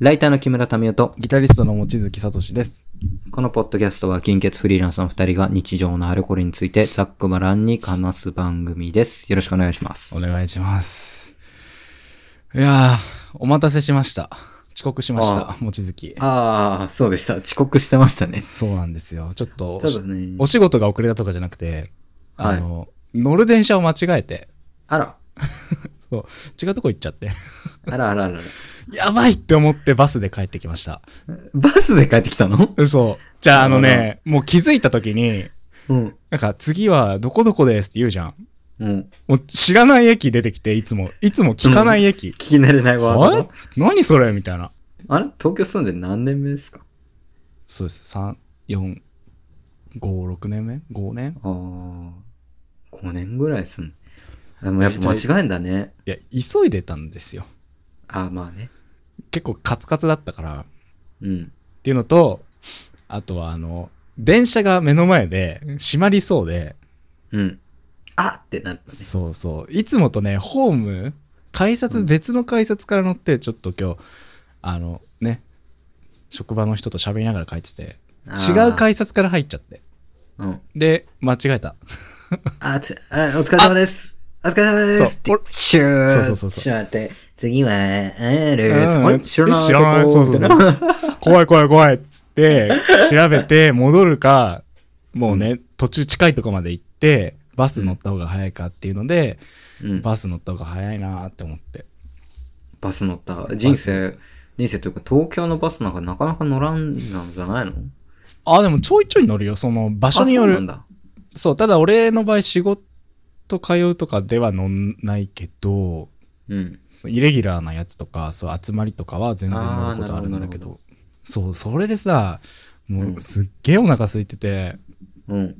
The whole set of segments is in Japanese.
ライターの木村民夫と、ギタリストの望月聡です。このポッドキャストは金欠フリーランスの二人が日常のあれこれについてざっくばらんに話す番組です。よろしくお願いします。お願いします。いやー、お待たせしました。遅刻しましあた、望月。ああ、そうでした。遅刻してましたね。そうなんですよ。ちょっと、ちょっとねお。仕事が遅れたとかじゃなくて、はいあの、乗る電車を間違えて、あら。そう、違うとこ行っちゃって、あらあらあら。 やばいって思ってバスで帰ってきました。バスで帰ってきたの嘘。じゃあ、あのなね、もう気づいた時に、うん。なんか次はどこどこですって言うじゃん。うん。もう知らない駅出てきて、いつも、いつも聞かない駅。聞き慣れないワードはが。い何それみたいな。あれ東京住んで何年目ですかそうです。3、4、5、6年目 ?5 年ああ。5年ぐらいですね。でもやっぱ間違えんだね。いや、急いでたんですよ。ああ、まあね。結構カツカツだったから。うん。っていうのと、あとはあの、電車が目の前で閉まりそうで、うん。あってなったね。そうそう。いつもとね、ホーム、改札、別の改札から乗って、ちょっと今日、あの、ね、職場の人と喋りながら帰ってて、あー違う改札から入っちゃって。うん。で、間違えた。あ、つ、あ、お疲れ様です。お疲れ様でそうす。って俺シューそうそうそうそうちょっと待って。次は、あれうんあれ知らない。知らない。そうそうう。そう。怖い怖い怖いっつって、調べて戻るか、もうね、途中近いとこまで行って、バス乗った方が早いかっていうので、うん、バス乗った方が早いなーって思って。バス乗った。人生、人生というか東京のバスなんかなかなか乗らんなんじゃないのあ、でもちょいちょい乗るよ。その場場所によそうなんる。だ。そう、ただ俺の場合仕事通うとかでは乗んないけど、うん。そうイレギュラーなやつとか、そう集まりとかは全然乗ることあるんあーなるほどだけなるほど。そう、それでさ、もうんうすっげえお腹空いてて、うん。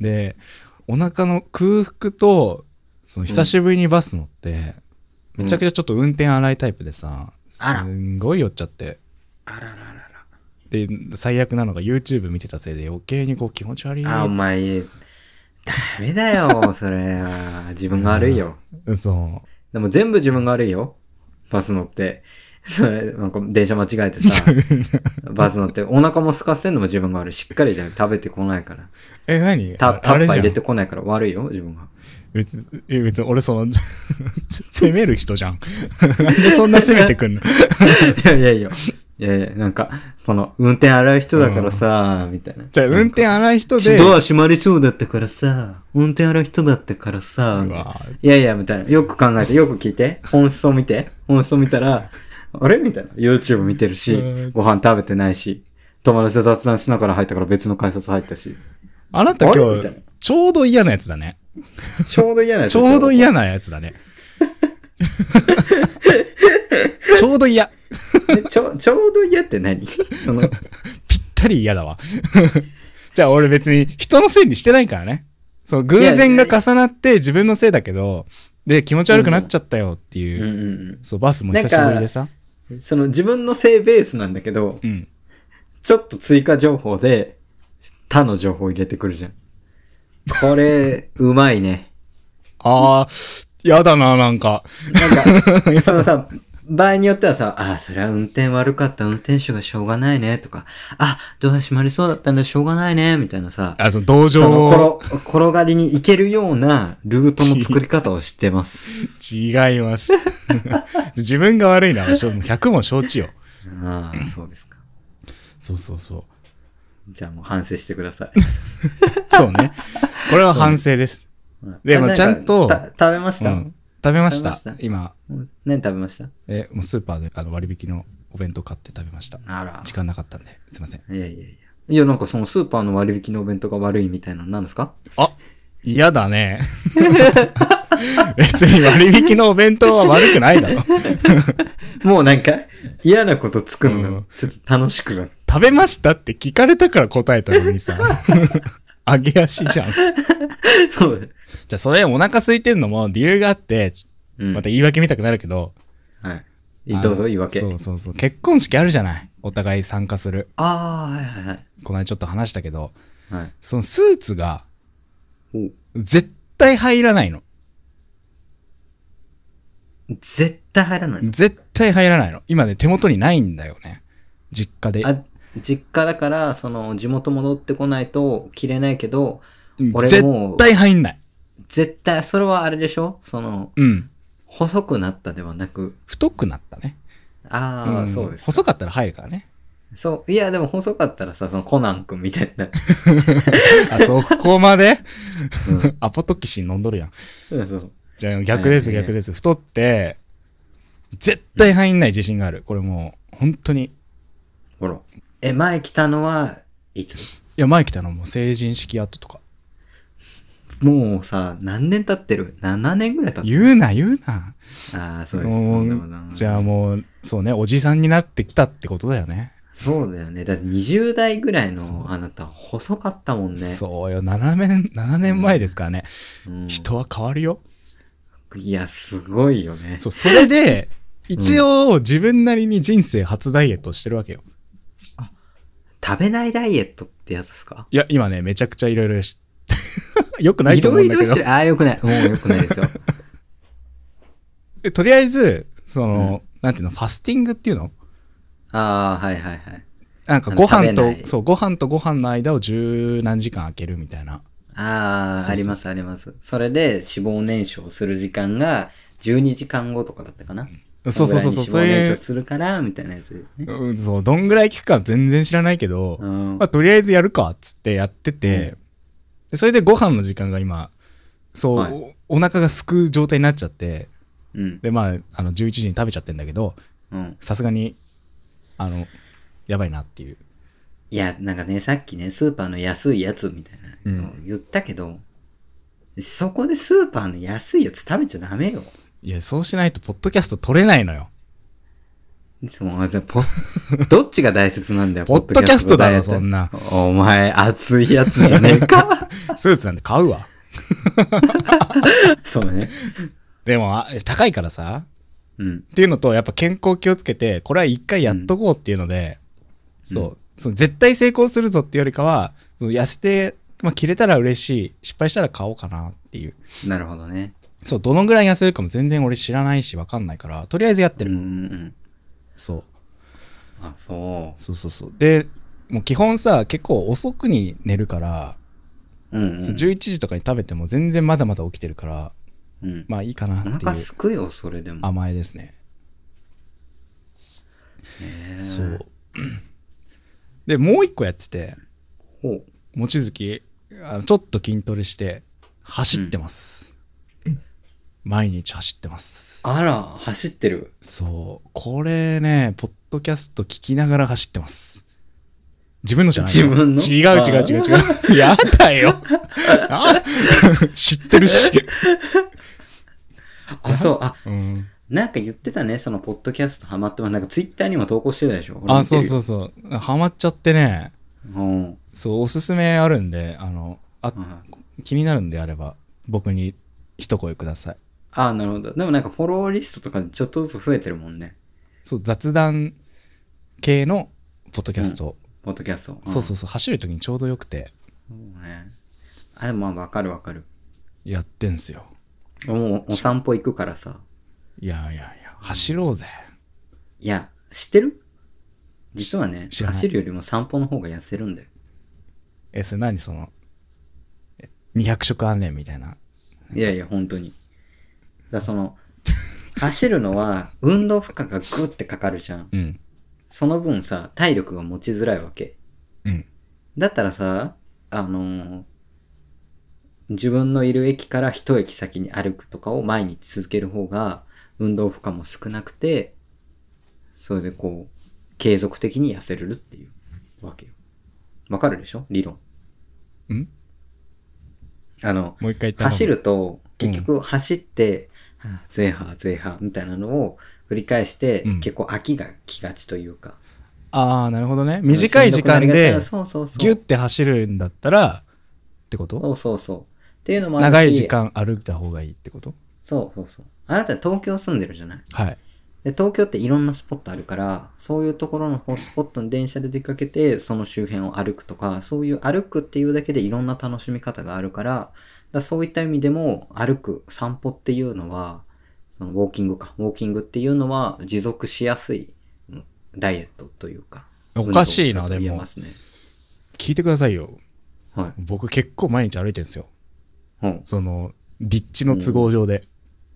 でお腹の空腹とその久しぶりにバス乗って、めちゃくちゃちょっと運転荒いタイプでさ、あらすんごい酔っちゃってあらららで最悪なのが YouTube 見てたせいで余計にこう気持ち悪いあ、お前、ダメだよ、それは。自分が悪いよ。そでも全部自分が悪いよ。バス乗って。 それ、なんか電車間違えて さ、バス乗って、お腹も空かせてんのも自分が悪い。しっかりだよ食べてこないから。うえ何タタあッパーれじゃ入んれてこないから悪いよ、自分が。 別にえ別に俺その 責める人じゃん なんでそんな責めてくんのいやいやいや。いやいや、なんか、その、運転荒い人だからさ、みたいな。じゃあ運転荒い人でドア閉まりそうだったからさ、運転荒い人だったからさ、うみたいなわいやいや、みたいな。よく考えて、よく聞いて。本質を見て。本質を見たら、あれみたいな。YouTube 見てるうしん、ご飯食べてないし、友達と雑談しながら入ったから別の改札入ったし。あなたあれ今みたい日なちょうど嫌なやつだねちょうど嫌なやつちょうど嫌な。なやつだね。ちょうど嫌。え ちょ、ちょうど嫌って何その、ぴったり嫌だわ。 じゃあ俺別に人のせいにしてないからね。そう、偶然が重なって自分のせいだけど、で、気持ち悪くなっちゃったよってうんいう。うんそう、バスも久しぶりでさ。うん。その自分の性ベースなんだけど、うん。ちょっと追加情報で、他の情報入れてくるじゃん。これ、うまいね。あー、嫌だな、なんか。なん か、そのさ、場合によってはさ、ああ、そりゃ運転悪かった、運転手がしょうがないね、とか、あ、ドア閉まりそうだったんだ、しょうがないね、みたいなさ、あ、その同そ情を。の転、転がりに行けるようなルートの作り方をしてます。違います。 自分が悪いのはしょ100も承知よ。ああ、そうですか。そうそうそう。じゃあもう反省してください。そうね。これは反省です。 でもあちゃんとなかた食べましうた、ん。食べました。食べました今、何食べましたえ、もうスーパーであの割引のお弁当買って食べました。あら。時間なかったんで、すいません。いやいやいや。いや、なんかそのスーパーの割引のお弁当が悪いみたいなのなんですかあ嫌だね。 別に割引のお弁当は悪くないだろ。もうなんか嫌なことつくのうがんちょっと楽しくなる。食べましたって聞かれたから答えたのに さ。揚げ足じゃん。じゃそうだよ。あそれお腹空いてんのも理由があって、ちうんまた言い訳見たくなるけど。はいい。どうぞあの言い訳。そうそうそう。結婚式あるじゃない。お互い参加する。ああ、はいはいはい。この間ちょっと話したけど、はい。そのスーツがお絶対入らないの。絶対入らない。絶対入らないの。今ね、手元にないんだよね。実家で。あ、実家だから、その、地元戻ってこないと着れないけど、うん俺も絶対入んない。絶対、それはあれでしょその、うん。細くなったではなく、太くなったね。ああ、んそうです。細かったら入るからね。そう、いや、でも細かったらさ、そのコナン君みたい な。あ、そこまで アポトキシン飲んどるやん。うんそうじゃあ逆です、はいはい逆です。太って、絶対入んない自信がある。これもう、本当に。いほら。え、前来たのは、いつや、前来たのもう成人式後とか。もうさ、何年経ってる ?7 年ぐらい経ってる。言うな、言うな。ああ、そうです。もそうだよなうじゃあもう、そうね、おじさんになってきたってことだよね。そうだよね。だって20代ぐらいそうのあなた、細かったもんね。そうよ、7年、7年前ですからね。うん人は変わるよ。いや、すごいよね。そう、それ で、一応自分なりに人生初ダイエットしてるわけよ。食べないダイエットってやつですかいや、今ね、めちゃくちゃいろいろ し、よくないと 思うんだいろいけろしどて。る。ああ、よくない。もうよくないですよ。でとりあえず、その、なんていうの、ファスティングっていうの ああ、はいはいはい。なんかあのご飯食べないと、そう、ご飯とご飯の間を十何時間空けるみたいな。あそうあ、そうありますあります。それで脂肪燃焼する時間が12時間後とかだったかな。そうそうそうそう、こそのうぐらいに脂肪燃いう焼、するから、みたいなやつですね。うんそう、どんぐらい効くか全然知らないけど、うんまあ、とりあえずやるかっつってやってて、でそれでご飯の時間が今、そう、はいおお腹がすく状態になっちゃって、うん。で、まあ、あの、11時に食べちゃってんだけど、うん。さすがに、あの、やばいなっていう。いや、なんかね、さっきね、スーパーの安いやつみたいなのを言ったけど、そこでスーパーの安いやつ食べちゃダメよ。いや、そうしないと、ポッドキャスト撮れないのよ。そのでポ どっちが大切なんだよ、 ポッドキャストだろ、そんな。な。お前、熱いやつじゃねえ か。スーツなんて買うわ。そうね。でも、あ高いからさ。うん。っていうのと、やっぱ健康気をつけて、これは一回やっとこうっていうので、そう、その絶対成功するぞっていうよりかは、その痩せて、まあ、切れたら嬉しい。失敗したら買おうかなっていう。なるほどね。そう、どのぐらい痩せるかも全然俺知らないし、わかんないから、とりあえずやってうんる。うんうん。そう。あ、そそうそうそう。で、もう基本さ、結構遅くに寝るから、う。うん、う。そうん11時とかに食べても全然まだまだ起きてるから、うん、まあいいかなっていおう腹すくよ、それでも。甘えですね。そう。で、もう一個やってて、ほう望月あのちょっと筋トレして走ってます、毎日走ってますあら、走ってる。そうこれねポッドキャスト聞きながら走ってます自分のじゃない自分の違う違う違う違う やだよあ 知ってるし、あ、そう、あ、うん、なんか言ってたね、その、ポッドキャストハマってます。なんか、ツイッターにも投稿してたでしょ。。あそうそううそうハマっちゃってねうん。そうおすすめあるんであのああ気になるんであれば僕に一声くださいあ、なるほど。でもなんか、フォローリストとかちょっとずつ増えてるもんね。そう雑談系のポッドキャスト、ポッドキャスト。そうそうそう、走るときにちょうどよくて、うん。そうね。あ、でもまあ、わかるわかる。やってんすよ。もう、お散歩行くからさ。いやいやいや、走ろうぜ。いや、知ってる実はね、知らない走るよりも散歩の方が痩せるんだよ。え、それ何その、え200色あんねんみたいな。いやいや、本当に。だからその、走るのは運動負荷がグッてかかるじゃん。うん。その分さ、体力が持ちづらいわけ。うん。だったらさ、あのー自分のいる駅から一駅先に歩くとかを毎日続ける方が、運動負荷も少なくて、それでこう、継続的に痩せれるっていうわけよ。わかるでしょ理論。んあの、もう一回言った方が走。ると、結局走って、はあゼーハーゼーハーみたいなのを繰り返して、うん結構飽きが来がちというか。ああ、なるほどね。短い時間で、そうそうそう。ギュッて走るんだったら、ってことそうそうそう。っていうのもあるし長い時。間歩いた方がいいってことそうそうそう。あなた東京住んでるじゃないはい。で東京っていろんなスポットあるから、そういうところのこうスポットに電車で出かけて、その周辺を歩くとか、そういう歩くっていうだけでいろんな楽しみ方があるから、だからそういった意味でも歩く、散歩っていうのは、そのウォーキングか。ウォーキングっていうのは持続しやすいうんダイエットというか。おかしいな運動だと言えでもますね。聞いてくださいよ。は僕結構毎日歩いてるんですよ。い。うん。その、立地の都合上で、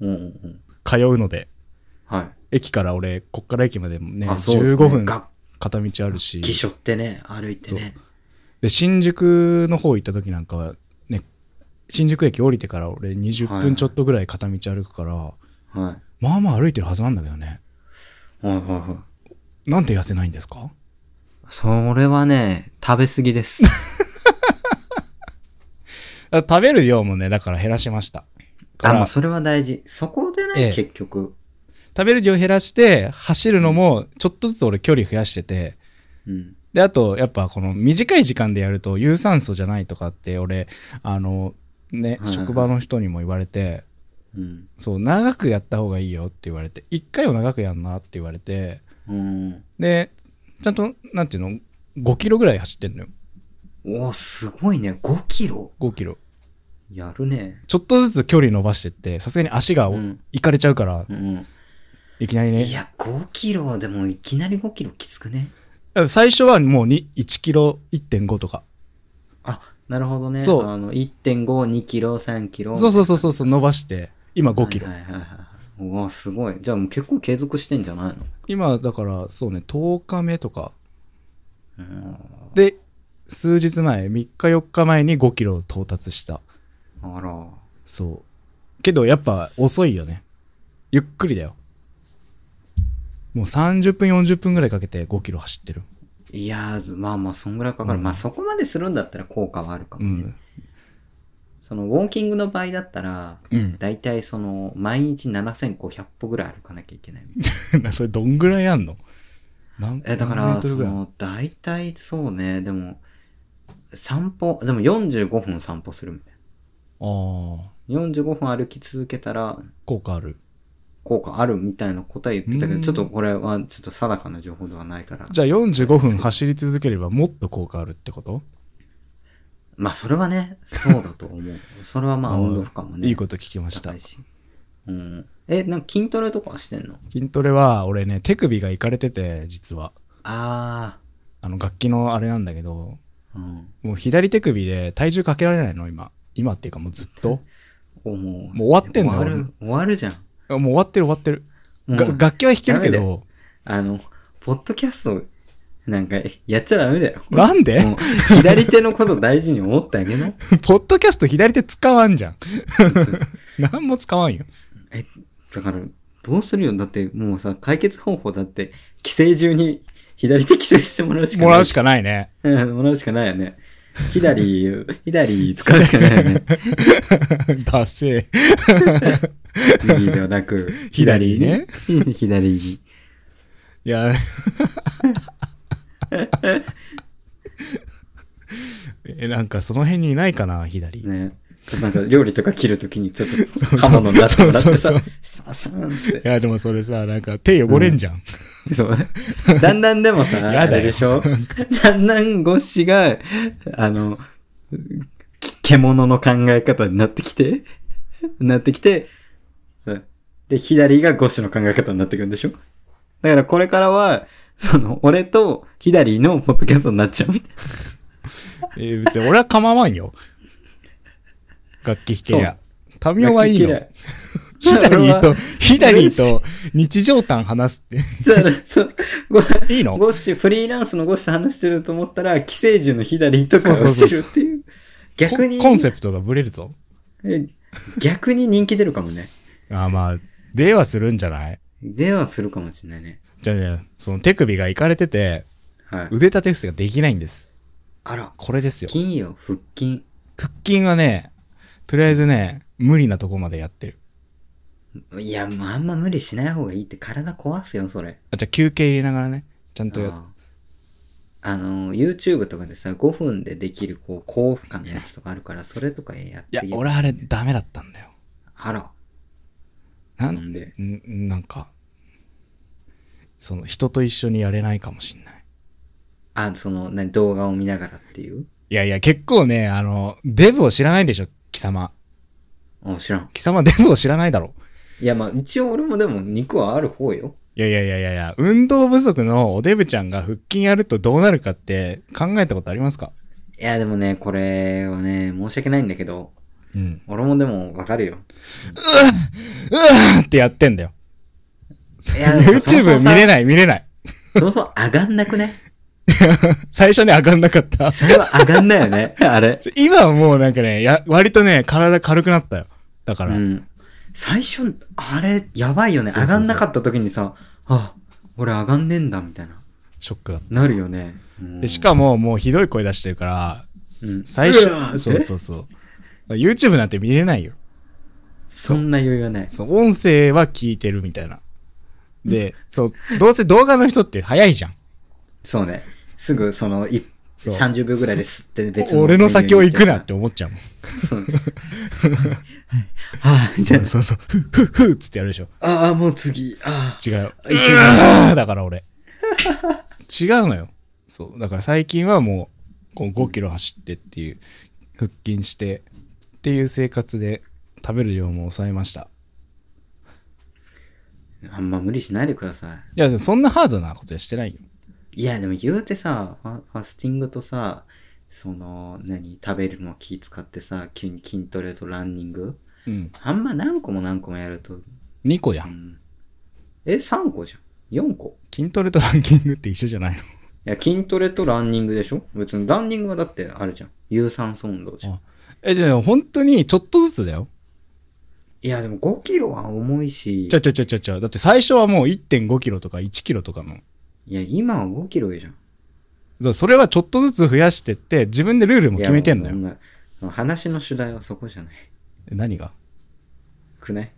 うんうんうん。通うので、はい。駅から俺、こっから駅までね、あそうですね15分が片道あるし、気象ってね、歩いてね。で、新宿の方行った時なんかは、ね、新宿駅降りてから俺20はいはい分ちょっとぐらい片道歩くから、はい。まあまあ歩いてるはずなんだけどね。はいはいはい。なんて痩せないんですかそれはね、食べ過ぎです。あ食べる量もね、だから減らしました。かあ、もらうそれは大事。そこでえね、え結局。食べる量減らして、走るのも、ちょっとずつ俺距離増やしてて、うん。で、あと、やっぱこの短い時間でやると有酸素じゃないとかって、俺、あの、ね、はいはい職場の人にも言われて、うん。そう、長くやった方がいいよって言われて、一回を長くやんなって言われて、うん。で、ちゃんと、なんていうの ?5 キロぐらい走ってんのよ。おーすごいね。5キロ5キロ。やるね。ちょっとずつ距離伸ばしてって、さすがに足がおうんいかれちゃうから、うん。いきなりねい。や、5キロでもいきなり5キロきつくね。最初はもうに1キロ1.5とか。あ、なるほどね。そうあの、1.5、2キロ、3キロ。そうそうそうそうそう、伸ばして、今5キロ。はいはいはいはい。うわ、すごい。じゃあもう結構継続してんじゃないの今、だから、そうね、10日目とか。うん。で、数日前、3日4日前に5キロ到達した。あら。そう。けど、やっぱ遅いよね。ゆっくりだよ。もう30分、40分ぐらいかけて5キロ走ってる。いやー、まあまあ、そんぐらいかかる。うんまあ、そこまでするんだったら効果はあるかうもね。ん。その、ウォーキングの場合だったら、うん。だいたいその、毎日7500歩ぐらい歩かなきゃいけない。それどんぐらいあんのなんえ、だか何メら、ートルそぐいの、だいたいそうね、でも、散歩、でも45分散歩するみたいああ、な。45分歩き続けたら、効果ある。効果あるみたいな答え言ってたけうど、んちょっとこれはちょっと定かな情報ではないから。じゃあ45分走り続ければもっと効果あるってこと、まあ、それはね、そうだと思う。 それはまあ、あー運動負荷もね。いいこと聞きました高い。し。うん。え、なんか筋トレとかはしてんの筋トレは俺ね、手首がいかれてて、実は。ああの楽器のあれなんだけど、あ、うん。もう左手首で体重かけられないの今。今っていうかもうずっと。おもうもう終わってんの終わる、終わるじゃん。あもう終わってる終わってる。もうが楽器は弾けるけダメど、あの、ポッドキャスト、なんか、やっちゃダメだよ。なんでもう左手のこと大事に思ってあげな。 ポッドキャスト左手使わんじゃん。 なんも使わんよ。え、だから、どうするよだって、もうさ、解決方法だって、規制中に左手規制してもらうしかない。もらうしかないね。 うんもらうしかないよね。左、左使うしかないよね。ダセー。右ではなく、左ね左に。左に。い や、え、なんかその辺にいないかな、左。ね。なんか料理とか切るときにちょっと刃物になってもらってそうさそうそう、シャンシャンってい。や、でもそれさ、なんか手汚れんじゃん。 そう。だんだんでもさ、あやだよれでしょだんだん越しが、あの、き獣の考え方になってきて、 なってきて、うんで、左がゴシの考え方になってくるんでしょだからこれからは、その、俺と左のポッドキャストになっちゃうみたいな。えー別に俺は構わんよ。楽器弾けりゃ。タミオはいい の。左と、左と日常談話すっだから、そう、ごて。いいのゴッシュ、フリーランスのゴッシュと話してると思ったら、寄生獣の左とかをそうそうそう知そうるっていう。逆に、ココンセプトがブレるぞ。え逆に人気出るかもね。あーまあ、ではするんじゃないではするかもしれないね。じゃあじゃあその手首がいかれてて、はい。腕立て伏せができないんです。あら、これですよ。金よ、腹筋。腹筋はね、とりあえずね、無理なとこまでやってる。いや、もうあんま無理しない方がいいって体壊すよ、それ。あ、じゃあ休憩入れながらね、ちゃんとや、ああの、YouTube とかでさ、5分でできる、こう、高負荷のやつとかあるから、それとかやっいてやい、俺あれダメだったんだよ。あら、な、なんんで。んなんか、その人と一緒にやれないかもしんない。あ、その、ね、動画を見ながらっていう。いやいや、結構ね、あの、デブを知らないでしょ、貴様。あ、知らん。貴様デブを知らないだろ。いや、まあ、一応俺もでも肉はある方よ。いやいやいやいやいや、運動不足のおデブちゃんが腹筋やるとどうなるかって考えたことありますかいや、でもね、これはね、申し訳ないんだけど、うん。俺もでもわかるよ。うわーってやってんだよ。いや YouTube 見れい。ない見れない。そもそも上がんなくね最初に上がんなかった。それは上がんないよ ね、あれ。今はもうなんかね、や、割とね、体軽くなったよ。だから。うん。最初、あれ、やばいよね。そ上うそうそうがんなかった時にさ、あ、俺上がんねえんだ、みたいな。ショックだっなるよね。た。で、しかももうひどい声出してるから、も、うん最うわーって初、そうそうそう。YouTube なんて見れないよ。そんな余裕はない。そう、音声は聞いてるみたいな。で、そう、どうせ動画の人って早いじゃん。そうね。すぐ、その、いそう30秒ぐらいで吸って別俺の先を行くなって思っちゃうもん。はぁ、みたいな。そうそう。ふっふっふっつってやるでしょ。ああ、もう次。あ違う。あ、いけない。あーだから俺。違うのよ。そう。だから最近はもう、こう5キロ走ってっていう、腹筋してっていう生活で食べる量も抑えました。あんま無理しないでくださいや、でもそんなハードなことはしてないよ。い。いや、でも言うてさ、ファファスティングとさ、その、何、食べるの気使ってさ、急に筋トレとランニング。うん。あんま何個も何個もやると、 2個や。うんん、え、3個じゃん。4個。筋トレとランキングって一緒じゃないのいや、筋トレとランニングでしょ別にランニングはだってあるじゃん。有酸素運動じゃん。あえ、じゃあ本当にちょっとずつだよ。いや、でも5キロは重いしち、ゃちゃちゃちゃちゃ。だって最初はもう1.5キロとか1キロとかの。だかいや、今は5キロじゃん。らそれはちょっとずつ増やしてって、自分でルールも決めてんのいやよ。もうそんな話の主題はそこじゃない。え何がくない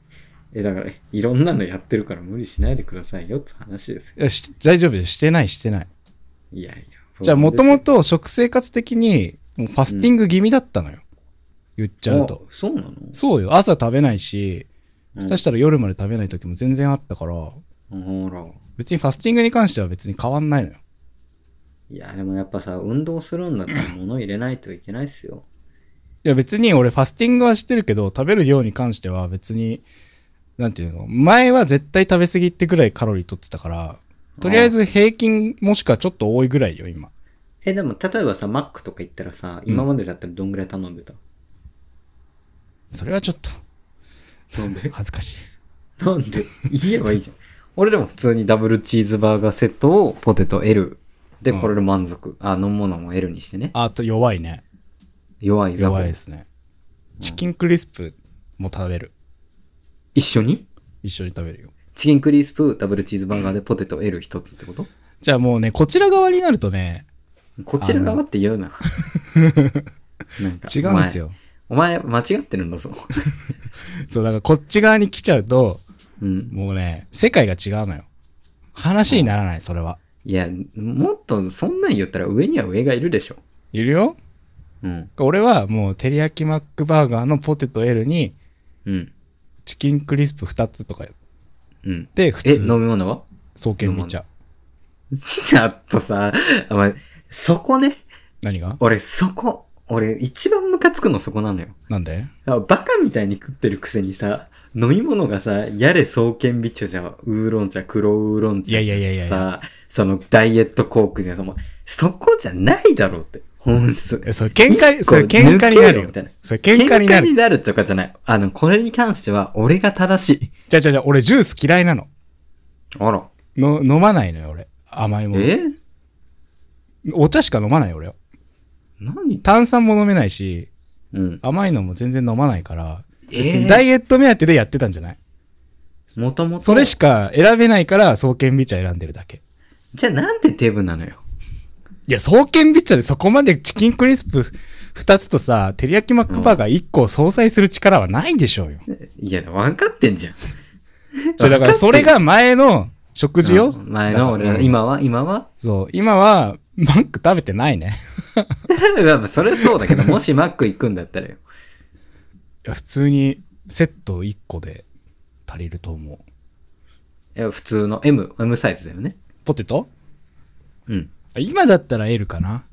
え、だから、いろんなのやってるから無理しないでくださいよって話ですよ。いやし大丈夫です。してない、してない。いやいや。じゃあ、もともとと食生活的に、もうファスティング気味だったのよ。言っちゃうと。。あそうなのそうよ。朝食べないし、うん下手したら夜まで食べない時も全然あったから、ほら。別にファスティングに関しては別に変わんないのよ。いや、でもやっぱさ、運動するんだったら物入れないといけないっすよ。いや、別に俺ファスティングはしてるけど、食べる量に関しては別に、なんていうの、前は絶対食べ過ぎってぐらいカロリー取ってたから、とりあえず平均もしくはちょっと多いぐらいよ、今。え、でも、例えばさ、マックとか行ったらさ、今までだったらどんぐらい頼んでた、それはちょっと、なんで恥ずかしい。なんで 言えばいいじゃん。俺でも普通にダブルチーズバーガーセットをポテト L。で、うんこれで満足。あ、飲むものも L にしてね。あと弱いね。弱いザボ弱いですね。チキンクリスプも食べる。一緒に一緒に食べるよ。チキンクリスプ、ダブルチーズバーガーでポテト L 一つってことじゃあもうね、こちら側になるとね、こちら側って言うな。なん か違うんです。よ。お前、お前間違ってるんだぞ。 そう、だからこっち側に来ちゃうと、うん。もうね、世界が違うのよ。話にならない、それは。いや、もっとそんなん言ったら上には上がいるでしょ。いるようん。俺はもう、テリヤキマックバーガーのポテト L に、うん。チキンクリスプ2つとかやっうん。て、普え、通飲のみ物は総研見ちゃう。ちょっとさ、お前、そこね。何が俺、そこ。俺、一番ムカつくのそこなのよ。なんであバカみたいに食ってるくせにさ、飲み物がさ、やれ双剣ビッチョじゃん、ウーロン茶、黒ウーロン茶。いやいやいやいやいやさ、そのダイエットコークじゃん、そのそこじゃないだろうって、本数。え、それ喧嘩に、一個それ喧嘩にな抜けるよみたいよな。それ喧嘩にな喧る。とかじゃない。あの、これに関しては、俺が正しい。じゃあじゃあじゃあ俺ジュース嫌いなの。あら。の、飲まないのよ、俺。甘いもの。えお茶しか飲まないよ、俺は。何炭酸も飲めないし、うん。甘いのも全然飲まないから、え別にダイエット目当てでやってたんじゃない、もともと。それしか選べないから、双剣ビッチャ選んでるだけ。じゃあなんでデブなのよ。いや、双剣ビッチャでそこまでチキンクリスプ2つとさ、テリヤキマックバーガー1個を相殺する力はないでしょうよ。いや、分かってんじゃん。じゃあだからそれが前の食事よ。うん前の俺だら、から。今は今は そう、今は、マック食べてないね。やっぱそれそうだけ ど、もしマック行くんだったらよ。いや、普通にセット1個で足りると思う。いや普通の M、M サイズだよね。ポテトうん。今だったら L かな。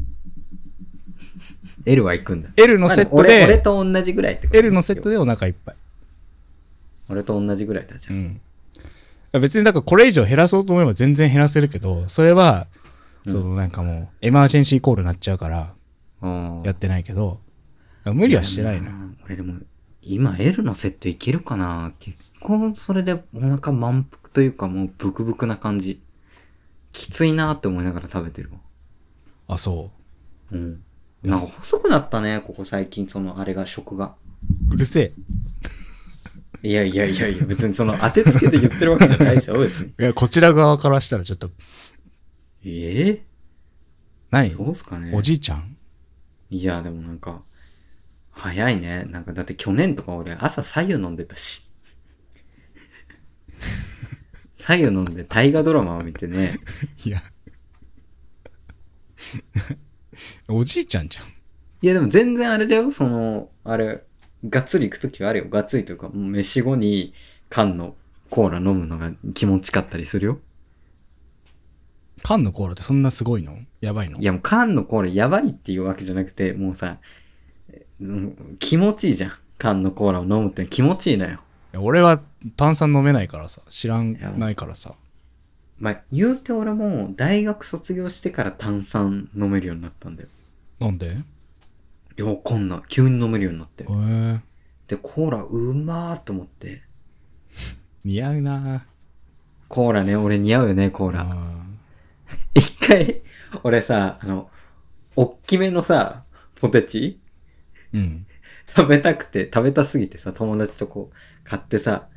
L は行くんだ。 L のセットまあも俺俺で、と同じぐらいってこと L のセットでお腹いっぱい。俺と同じぐらいだじゃ。うんん。別にだからこれ以上減らそうと思えば全然減らせるけど、それは、そのなんかもう、エマージェンシーコールになっちゃうから、ああやってないけど、無理はしてないな。。俺でも、今 L のセットいけるかな結構それでお腹満腹というかもうブクブクな感じ。きついなって思いながら食べてるわ。あ、そうん。なんか細くなったね、ここ最近、そのあれが、食が。う。うるせいやいやいやいや、別にその当てつけて言ってるわけじゃないですよ、別に。え。いや、こちら側からしたらちょっと、ええ何そうっすかね。おじいちゃんいや、でもなんか、早いね。なんかだって去年とか俺朝左右飲んでたし。左右飲んで大河ドラマを見てね。いや。 おじいちゃんじゃん。いやでも全然あれだよ、その、あれ、がっつり行くときはあるよ。がっつりというか、もう飯後に缶のコーラ飲むのが気持ちかったりするよ。缶のコーラってそんなすごいのやばいのいやもう缶のコーラやばいっていうわけじゃなくて、もうさ、うん気持ちいいじゃん。缶のコーラを飲むって気持ちいいのよ。いや俺は炭酸飲めないからさ、知らんいやないからさ。まあ、言うて俺も大学卒業してから炭酸飲めるようになったんだよ。なんでへいや、わかんない。急に飲めるようになってえ。ー、で、コーラうまーと思って。似合うなコーラね、俺似合うよね、コーほラ。あ一回、俺さ、あの、おっきめのさ、ポテチーうん。食べたくて、食べたすぎてさ、友達とこう、買ってさ、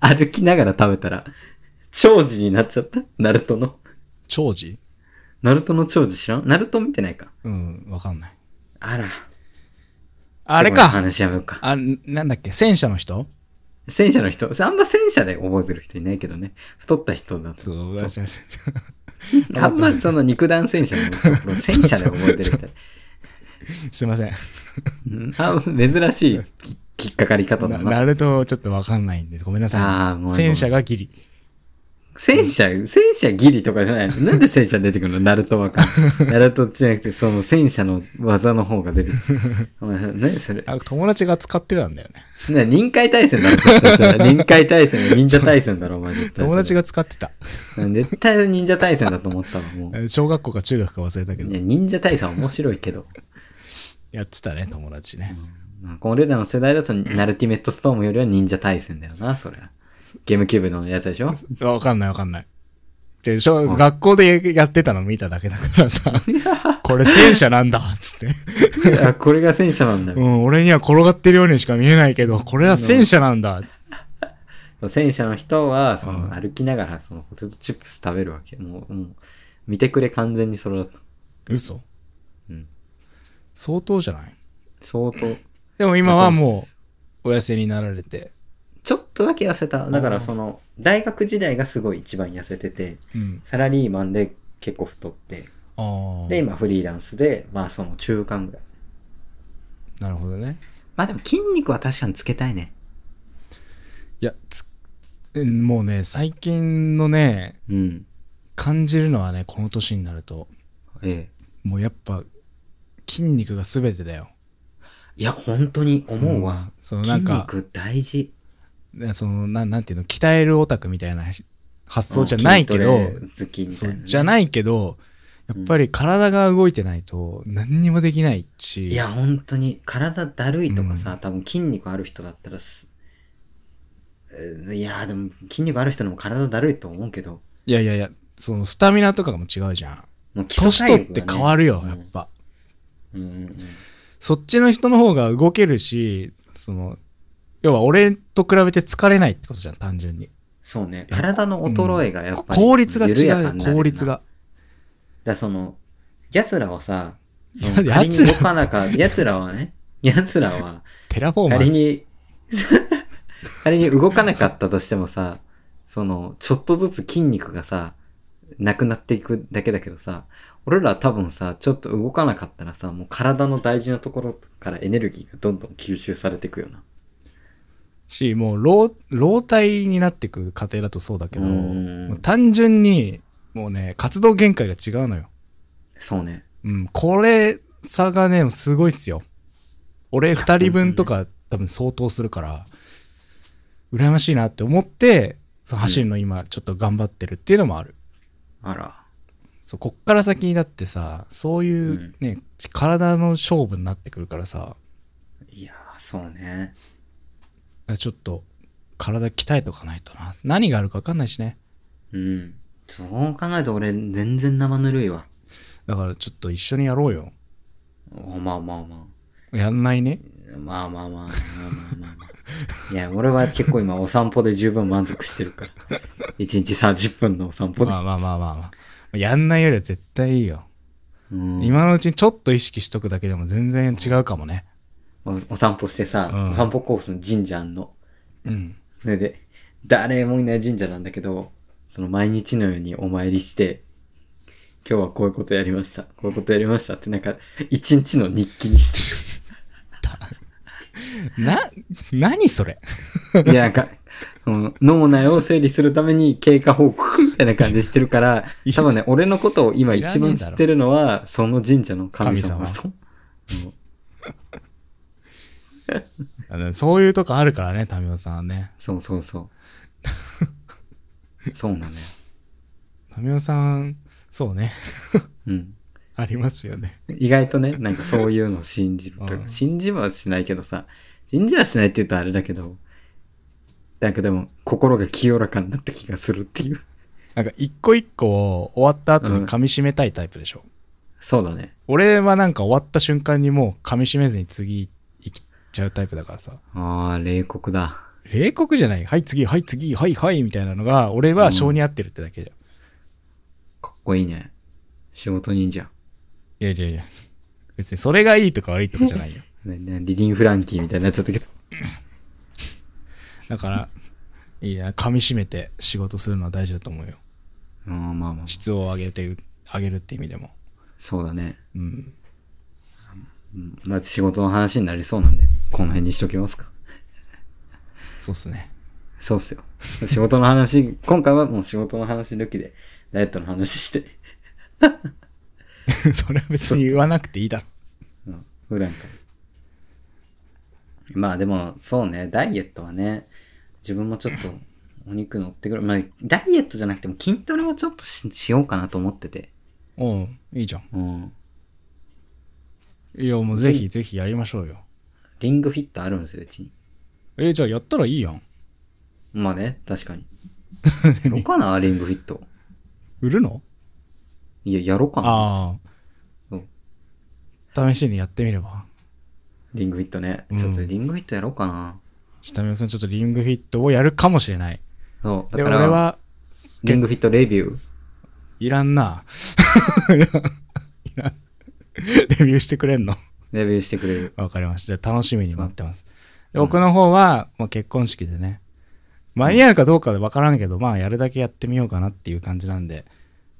歩きながら食べたら、長寿になっちゃったナルトの。長寿ナルトの長寿知らんナルト見てないか。うん、わかんない。あら。あれこのか話やめようか。あ、なんだっけ戦車の人戦車の人、あんま戦車で覚えてる人いないけどね。太った人だ と。そう、そう私はあんまその肉弾戦車の人、戦車で覚えてる 人。すいません。うんあ珍しいきき っかかり方だなな。なると、ちょっとわかんないんです。ごめんなさああ、ごい。めん戦車がギリ。戦車、戦車ギリとかじゃない の。なんで戦車出てくるのナルトはか。ナルトじゃなくて、その戦車の技の方が出てくる。 お前何それ。あ友達が使ってたんだよね。ね臨海対戦だろ、絶対それ臨海対戦、忍者対戦だろ、お前絶対それ。友達が使ってた。絶対忍者対戦だと思ったわ、 もう。え小学校か中学か忘れたけどい、や、忍者対戦面白いけど。やってたね、友達ね。なんか俺らの世代だと、ナルティメットストームよりは忍者対戦だよな、それ。ゲームキューブのやつでしょわかんないわかんない。で、小学校でやってたの見ただけだから さ、これ戦車なんだ、つって。あこれが戦車なんだうよ。ん、俺には転がってるようにしか見えないけど、これは戦車なんだ、つって。戦車の人は、そうのん歩きながら、そのポテトチップス食べるわけ。もう、もう、見てくれ完全にそれだった。嘘うん。相当じゃない相当。でも今はあそうもですう、お痩せになられて。ちょっとだけ痩せた。だかあらーその、大学時代がすごい一番痩せてて、うん。サラリーマンで結構太って、ああ。で、今フリーランスで、まあその中間ぐらい。なるほどね。まあでも筋肉は確かにつけたいね。いや、つ、うんもうね、最近のね、うん。感じるのはね、この年になると、ええ。もうやっぱ、筋肉が全てだよ。いや、本当に思うわ。うんそうな筋んか肉大事。ねそのな、なんていうの、鍛えるオタクみたいな発想じゃないけど、うん筋トレ好きみたそいなうね。じゃないけど、やっぱり体が動いてないと何にもできないし、いや、本当に、体だるいとかさ、多分筋肉ある人だったらす、えーいや、でも筋肉ある人でも体だるいと思うけど、いやいやいや、そのスタミナとかも違うじゃん。もう基礎年体取っ力がね、て変わるよ、やっぱ。うんうんうんそっちの人の方が動けるし、その、要は俺と比べて疲れないってことじゃん、単純に。そうね、体の衰えがやっぱり、効率が違緩やかう、になるよ効率な。だかが。らその、奴らはさ、そのいや仮に奴ら動かなか、奴らはね、奴らは、テラフォーマ仮ーズ。に、仮に動かなかったとしてもさ、その、ちょっとずつ筋肉がさ、なくなっていくだけだけどさ、俺らは多分さ、ちょっと動かなかったらさ、もう体の大事なところからエネルギーがどんどん吸収されていくよな。し、もう老、老体になっていく過程だとそうだけど、うんもう単純に、もうね、活動限界が違うのよ。そうね。うん、これ差がね、すごいっすよ。俺二人分とか多分相当するから、羨ましいなって思って、その走るの今ちょっと頑張ってるっていうのもある。あら。そう、こっから先だってさ、そういうね、体の勝負になってくるからさ、いやー、そうね。ちょっと体鍛えとかないとな。何があるか分かんないしね。うん。そう考えると俺、全然生ぬるいわ。だからちょっと一緒にやろうよ。おまあまあまやんないね。あ。まあまあまあ、まあまあまあまあ。いや、俺は結構今お散歩で十分満足してるから。1日30分のお散歩で。まあまあまあまあまあ。 やんないよりは絶対いいよ。うん今のうちにちょっと意識しとくだけでも全然違うかもね。おお散歩してさ、うんお散歩コースの神社あんの。うん。それで、誰もいない神社なんだけど、その毎日のようにお参りして、今日はこういうことやりました。こういうことやりましたってなんか、一日の日記にしてな、何それる。いや、なんか、 その脳内を整理するために経過報告みたいな感じしてる から、多分ね、俺のことを今一番知ってるのは、その神社の神様神様と。うんあのそういうとこあるからね、民生さんはね。そうそうそう。 そうなのよ。民生さん、そうね。 うん。ありますよね。意外とね、なんかそういうのを信じるといううか。ん信じはしないけどさ、信じはしないって言うとあれだけど、なんかでも、心が清らかになった気がするっていう。なんか一個一個を終わった後に噛み締めたいタイプでしょ。そうだね。俺はなんか終わった瞬間にもう噛み締めずに次行っちゃうタイプだからさ。ああ、冷酷だ。冷酷じゃないはい次、はい次、はいはいみたいなのが、俺は性に合ってるってだけじゃん。かっこいいね。仕事人じゃん。いやいやいや。別にそれがいいとか悪いとかじゃないよ。ねねリリン・フランキーみたいになっちゃったけど。だから、いいや、噛み締めて仕事するのは大事だと思うよ。ああ、まあまあ。質を上げて、上げるって意味でも。そうだね。うん。うんまず仕事の話になりそうなんで、この辺にしときますか。そうっすね。 そうっすよ。 仕事の話、今回はもう仕事の話抜きで、ダイエットの話して。それは別に言わなくていいだろ。うん、普段から。まあでも、そうね、ダイエットはね、自分もちょっとお肉乗ってくる。まあ、ダイエットじゃなくても筋トレをちょっとししようかなと思ってて。うん、いいじゃん。うん。いや、もうぜひぜひやりましょうよ。リングフィットあるんですよ、うちに。えじゃあやったらいいやん。まあね、確 かに。やろうかな、リングフィット。売るのいや、やろうかな。ああ。試しにやってみれば。リングフィットねう。んちょっとリングフィットやろうかな。下見さん、ちょっとリングフィットをやるかもしれない。そう、で、だか俺ら、は、リングフィットレビュー。いらんな。 いらん。レビューしてくれんのレビューしてくれ る。わかりました。じゃあ楽しみに待ってます。で僕の方は、まあ、結婚式でね、間に合うかどうかでわからんけど、まあ、やるだけやってみようかなっていう感じなんで、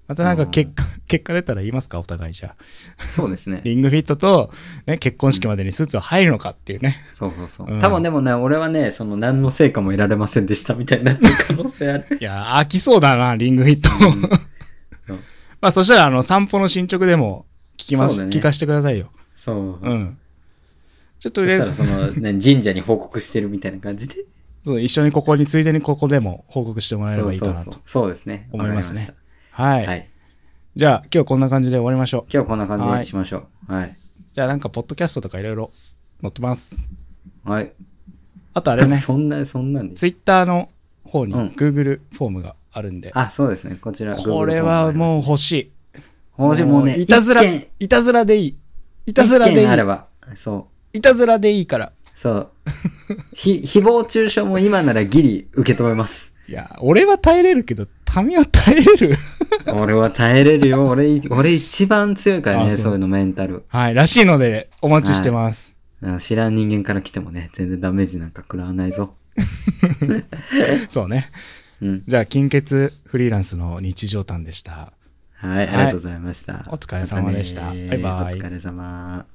またなんか結果、結果出たら言いますかお互いじゃあ。そうですね。リングフィットと、ね、結婚式までにスーツは入るのかっていうね。そうそうそう。うん多分でもね、俺はね、その何の成果も得られませんでしたみたいになってる可能性ある。いや、飽き そうだな、リングフィット。 そうまあ、そしたら、あの、散歩の進捗でも聞きまそす、うだね聞かせてくださいよ。そう。うん。ちょっととそりあしえたらず、その、 ね、神社に報告してるみたいな感じで。そう一緒にここに、ついでにここでも報告してもらえればいいかそうなと。そうそうそうですね。思いますねわかりはまい、した。はい。じゃあ、今日こんな感じで終わりましょう。今日こんな感じにしましょう。はい。じゃあ、なんか、ポッドキャストとかいろいろ載ってます。はい。あと、あれね、 そんな、そんなんで。ツイッターの方にうん Google フォームがあるんで、あ、そうですね。こちら。これはもう欲しい。う、もうもうね、いたずら一件、いたずらでいい。いたずら一でいい件あ。れば。そう。いたずらでいいから。そう。ひ、誹謗中傷も今ならギリ受け止めます。 いや、俺は耐えれるけど、民は耐えれる 俺は耐えれるよ。俺、俺一番強いからね、あそそうういうのメンタル。はい、らしいので、お待ちしてます。あ知らん人間から来てもね、全然ダメージなんか食らわないぞ。そうね。うん。じゃあ、金欠フリーランスの日常談でした。はい、ありがとうございました。お疲れ様でしたまねバイバイお疲れ様。